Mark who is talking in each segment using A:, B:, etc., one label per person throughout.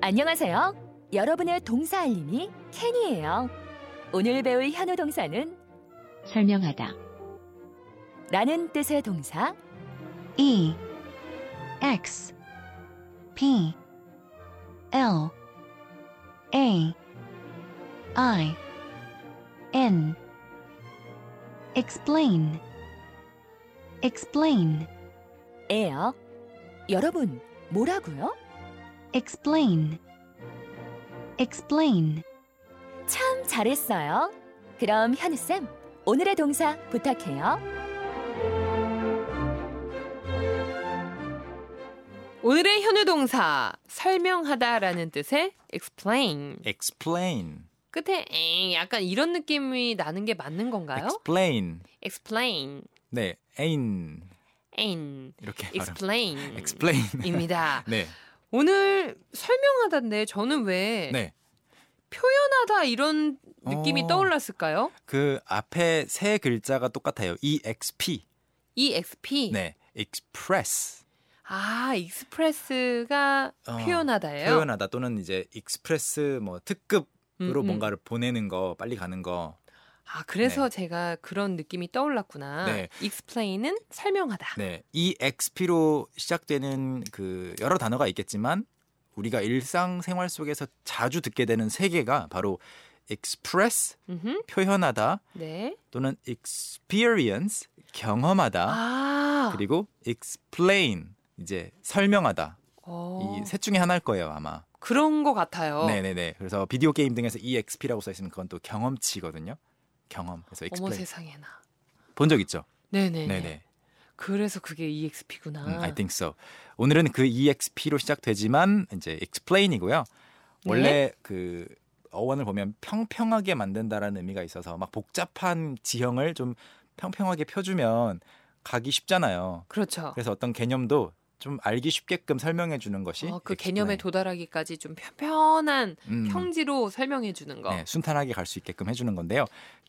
A: 안녕하세요. 여러분의 동사 알림이 캔이에요. 오늘 배울 현우 동사는
B: 설명하다.
A: 라는 뜻의 동사
B: E X P L A I N explain explain
A: 에요. 여러분, 뭐라고요?
B: explain explain
A: 참 잘했어요. 그럼 현우쌤, 오늘의 동사 부탁해요.
C: 오늘의 현우 동사 설명하다라는 뜻의 explain
D: explain,
C: 끝에 엥 약간 이런 느낌이 나는 게 맞는 건가요?
D: explain.
C: explain
D: 네, ain
C: 엥
D: 이렇게 발음.
C: explain
D: explain.
C: 입니다.
D: 네,
C: 오늘 설명하다인데 저는 왜
D: 네.
C: 표현하다 이런 느낌이
D: 어.
C: 떠올랐을까요?
D: 그 앞에 세 글자가 똑같아요.
C: E
D: exp.
C: exp
D: 네, express.
C: 아 express가
D: 어,
C: 표현하다예요.
D: 표현하다 또는 이제 express 뭐 특급으로
C: 음, 음.
D: 뭔가를 보내는 거, 빨리 가는 거.
C: 아 그래서 제가 그런 느낌이 떠올랐구나.
D: 네.
C: explain은 설명하다.
D: 네, exp로 시작되는 그 여러 단어가 있겠지만 우리가 일상생활 속에서 자주 듣게 되는 세 개가 바로 express
C: 음흠,
D: 표현하다
C: 네.
D: 또는 experience 경험하다
C: 아
D: 그리고 explain 이제 설명하다
C: 어,
D: 이 셋 중에 하나일 거예요 아마
C: 그런 것 같아요.
D: 네네네 그래서 비디오 게임 등에서 exp라고 써 있으면 그건 또 경험치거든요 경험 그래서
C: 어머
D: explain
C: 세상에나.
D: 본 적 있죠
C: 네네. 아.
D: 네네
C: 그래서 그게 E EXP구나.
D: 음, I think so 오늘은 그 exp로 시작되지만 이제 explain이고요
C: 네.
D: 원래 그 어원을 보면 평평하게 만든다라는 의미가 있어서 막 복잡한 지형을 좀 평평하게 펴주면 가기 쉽잖아요
C: 그렇죠.
D: 그래서 어떤 개념도 좀 알기 쉽게끔 설명해 주는 것이
C: 어, 그
D: explain.
C: 개념에 도달하기까지 좀 편편한
D: 음,
C: 평지로 설명해 주는 거.
D: 네, 순탄하게 갈 수 있게끔 해주는 건데요.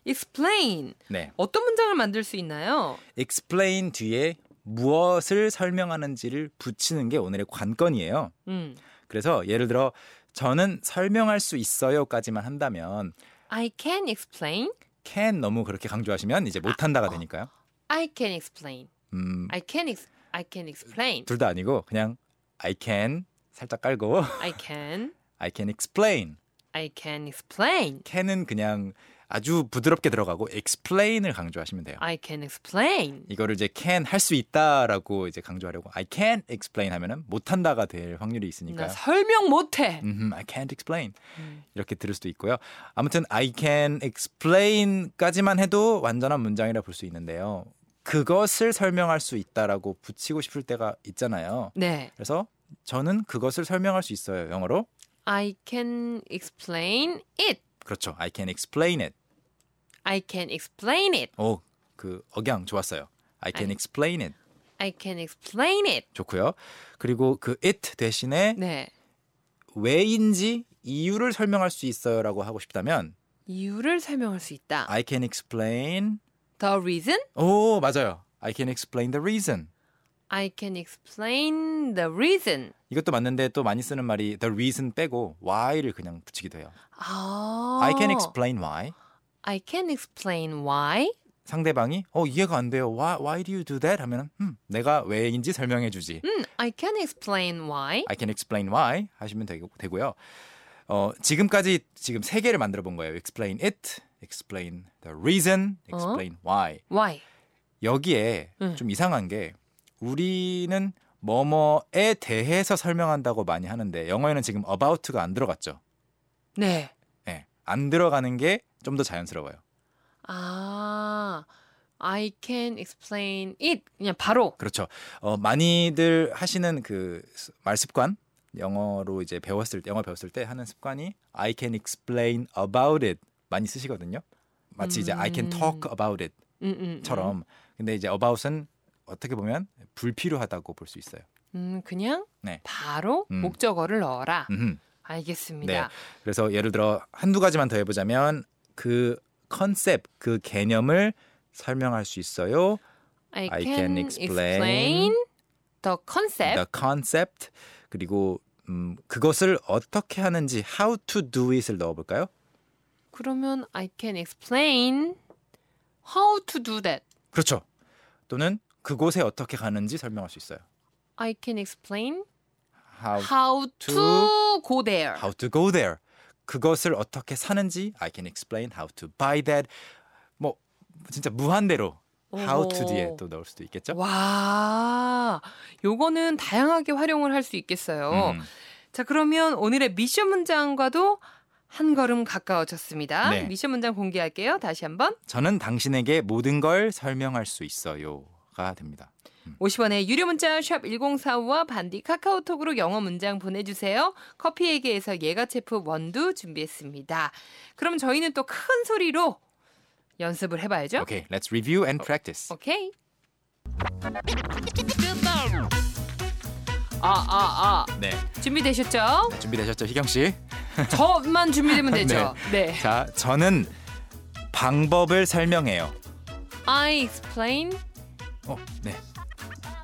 C: explain
D: 네,
C: 어떤 문장을 만들 수 있나요?
D: explain 뒤에 무엇을 설명하는지를 붙이는 게 오늘의 관건이에요.
C: 음,
D: 그래서 예를 들어 저는 설명할 수 있어요까지만 한다면
C: I can explain.
D: can 너무 그렇게 강조하시면 이제 못한다가
C: 어.
D: 되니까요.
C: I can explain.
D: 음,
C: I can ex- I can explain.
D: 둘 다 아니고 그냥 I can 살짝 깔고
C: I can.
D: I can explain.
C: I can explain.
D: can은 그냥 아주 부드럽게 들어가고 explain을 강조하시면 돼요.
C: I can explain.
D: 이거를 이제 can 할 수 있다라고 이제 강조하려고 I can't explain 하면은 못한다가 될 확률이
C: 나
D: 있으니까요.
C: 설명 못해.
D: 음, I can't explain
C: 네, 음.
D: 이렇게 들을 수도 있고요. 아무튼 I can explain까지만 해도 완전한 문장이라 볼 수 있는데요. 그것을 설명할 수 있다라고 붙이고 싶을 때가 있잖아요.
C: 네.
D: 그래서 저는 그것을 설명할 수 있어요. 영어로
C: I can explain it.
D: 그렇죠. I can explain it.
C: I can explain it.
D: 오, 그 억양 좋았어요. I can
C: 아니.
D: explain it
C: I can explain it.
D: 좋고요. 그리고 그 it 대신에
C: 네.
D: 왜인지 이유를 설명할 수 있어요라고 하고 싶다면
C: 이유를 설명할 수 있다.
D: I can explain.
C: The reason
D: 오 맞아요. I can explain the reason.
C: I can explain the reason.
D: 이것도 맞는데 또 많이 쓰는 말이 the reason 빼고 why를 그냥 붙이기도 해요.
C: 아.
D: I can explain why.
C: I can explain why.
D: 상대방이 어 이해가 안 돼요. Why why do you do that? 하면은 음, 내가 왜인지 설명해주지.
C: 음, I can explain why.
D: I can explain why 하시면 되고, 되고요. 어 지금까지 지금 세 개를 만들어 본 거예요. explain it, explain the reason, explain why.
C: Why?
D: 여기에
C: 음.
D: 좀 이상한 게 우리는 뭐뭐에 대해서 설명한다고 많이 하는데 영어에는 지금 about가 안 들어갔죠.
C: 네.
D: 예. 안 들어가는 게 좀 더 자연스러워요.
C: 아. I can explain it. 그냥 바로.
D: 그렇죠. 어, 많이들 하시는 그 말 습관 영어로 이제 배웠을 때 영어 배웠을 때 하는 습관이 I can explain about it 많이 쓰시거든요. 마치 이제 I can
C: 음.
D: talk about it처럼.
C: 음, 음, 음.
D: 근데 이제 about은 어떻게 보면 불필요하다고 볼 수 있어요.
C: 음, 그냥
D: 네.
C: 바로
D: 음.
C: 목적어를 넣어라.
D: 음흠. 네.
C: 알겠습니다.
D: 그래서 예를 들어 한두 가지만 더 해보자면 그 컨셉 그 개념을 설명할 수 있어요.
C: I,
D: I
C: can
D: can
C: explain, the concept.
D: The concept 그리고 음, 그것을 어떻게 하는지 how to do it을 넣어볼까요?
C: 그러면 I can explain how to do that.
D: 그렇죠. 또는 그곳에 어떻게 가는지 설명할 수 있어요.
C: I can explain
D: How,
C: how to go there.
D: how to go there. 그것을 어떻게 사는지 I can explain how to buy that. 뭐 진짜 무한대로 how to
C: 오.
D: 뒤에 또 넣을 수도 있겠죠.
C: 와, 요거는 다양하게 활용을 할 수 있겠어요.
D: 음.
C: 자, 그러면 오늘의 미션 문장과도 한 걸음 가까워졌습니다.
D: 네.
C: 미션 문장 공개할게요. 다시 한번.
D: 저는 당신에게 모든 걸 설명할 수 있어요가 됩니다.
C: 50원의 유료 문자 샵 1045와 반디 카카오톡으로 영어 문장 보내주세요. 커피에게에서 예가체프 원두 준비했습니다. 그럼 저희는 또 큰 소리로 연습을 해봐야죠.
D: 오케이, let's review and practice.
C: 오케이. 아, 아,
D: 네,
C: 아. 준비되셨죠?
D: 네, 준비되셨죠, 희경 씨?
C: 저만 준비되면 되죠. 네.
D: 자, 저는 방법을 설명해요.
C: I explain
D: 어, 네.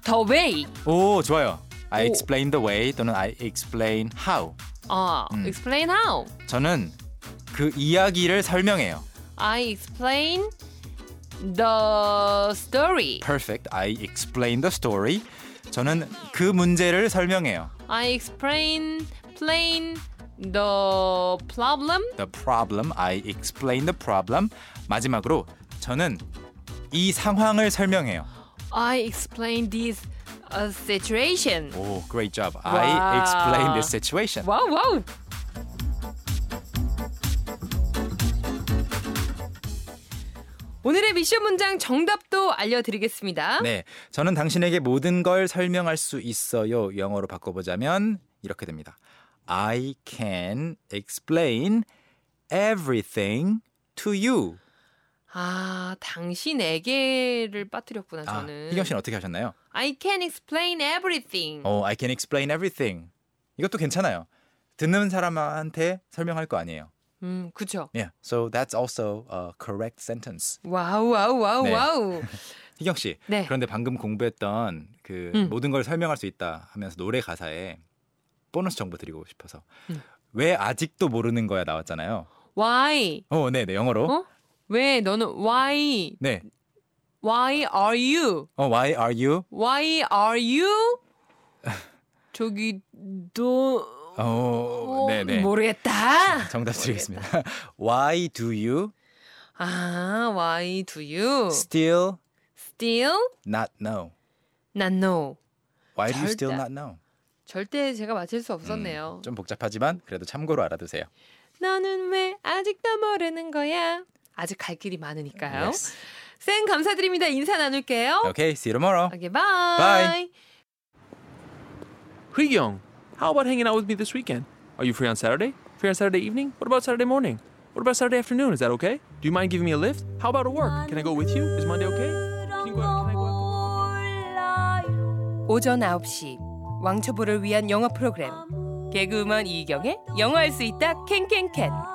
C: the way.
D: 오, 좋아요.
C: 오.
D: I explain the way 또는 I explain how.
C: 아,
D: 음.
C: explain how.
D: 저는 그 이야기를 설명해요.
C: I explain the story.
D: Perfect. I explain the story. 저는 그 문제를 설명해요.
C: I explain plain the problem.
D: The problem. I explain the problem. 마지막으로 저는 이 상황을 설명해요.
C: I explain this uh, situation.
D: 오, great job.
C: 와.
D: I explain this situation.
C: 와우 와우. 오늘의 미션 문장 정답도 알려드리겠습니다.
D: 네, 저는 당신에게 모든 걸 설명할 수 있어요. 영어로 바꿔보자면 이렇게 됩니다. I can explain everything to you.
C: 아 당신에게를 빠뜨렸구나
D: 아,
C: 저는.
D: 희경 씨는 어떻게 하셨나요?
C: I can explain everything.
D: 어, I can explain everything. 이것도 괜찮아요. 듣는 사람한테 설명할 거 아니에요.
C: 음 그쵸.
D: Yeah, so that's also a correct sentence.
C: 와우 와우 와우
D: 네.
C: 와우.
D: 희경 씨,
C: 네.
D: 그런데 방금 공부했던 그
C: 음.
D: 모든 걸 설명할 수 있다 하면서 노래 가사에 보너스 정보 드리고 싶어서
C: 음.
D: 왜 아직도 모르는 거야 나왔잖아요.
C: Why?
D: 어, 네, 네 영어로.
C: 어? 왜 너는 why
D: 네,
C: Why are you?
D: 어, why are you?
C: Why are you? 저기 너
D: 어,
C: 어,
D: 네, 네.
C: 모르겠다.
D: 정답 드리겠습니다. why do you
C: 아, why do you
D: still
C: still
D: not know?
C: not know?
D: Why do you
C: 절대
D: still
C: 안-
D: not know?
C: 절대 제가 맞힐 수
D: 음,
C: 없었네요.
D: 좀 복잡하지만 그래도 참고로 알아두세요.
C: 너는 왜 아직도 모르는 거야? 아직 갈 길이 많으니까요.
D: Yes.
C: 쌤 감사드립니다. 인사 나눌게요.
D: Okay, see you tomorrow.
C: 오케이, 바이.
D: Bye.
E: Young, how about hanging out with me this weekend? Are you free on Saturday? Free on Saturday evening? What about Saturday morning? What about Saturday afternoon? Is that okay? Do you mind giving me a lift? How about at work? Can I go with you? Is Monday okay? Can you go out, can I go out?
C: 오전 9시 왕초보를 위한 영어 프로그램 개그우먼 이경의 영어할 수 있다 캔캔캔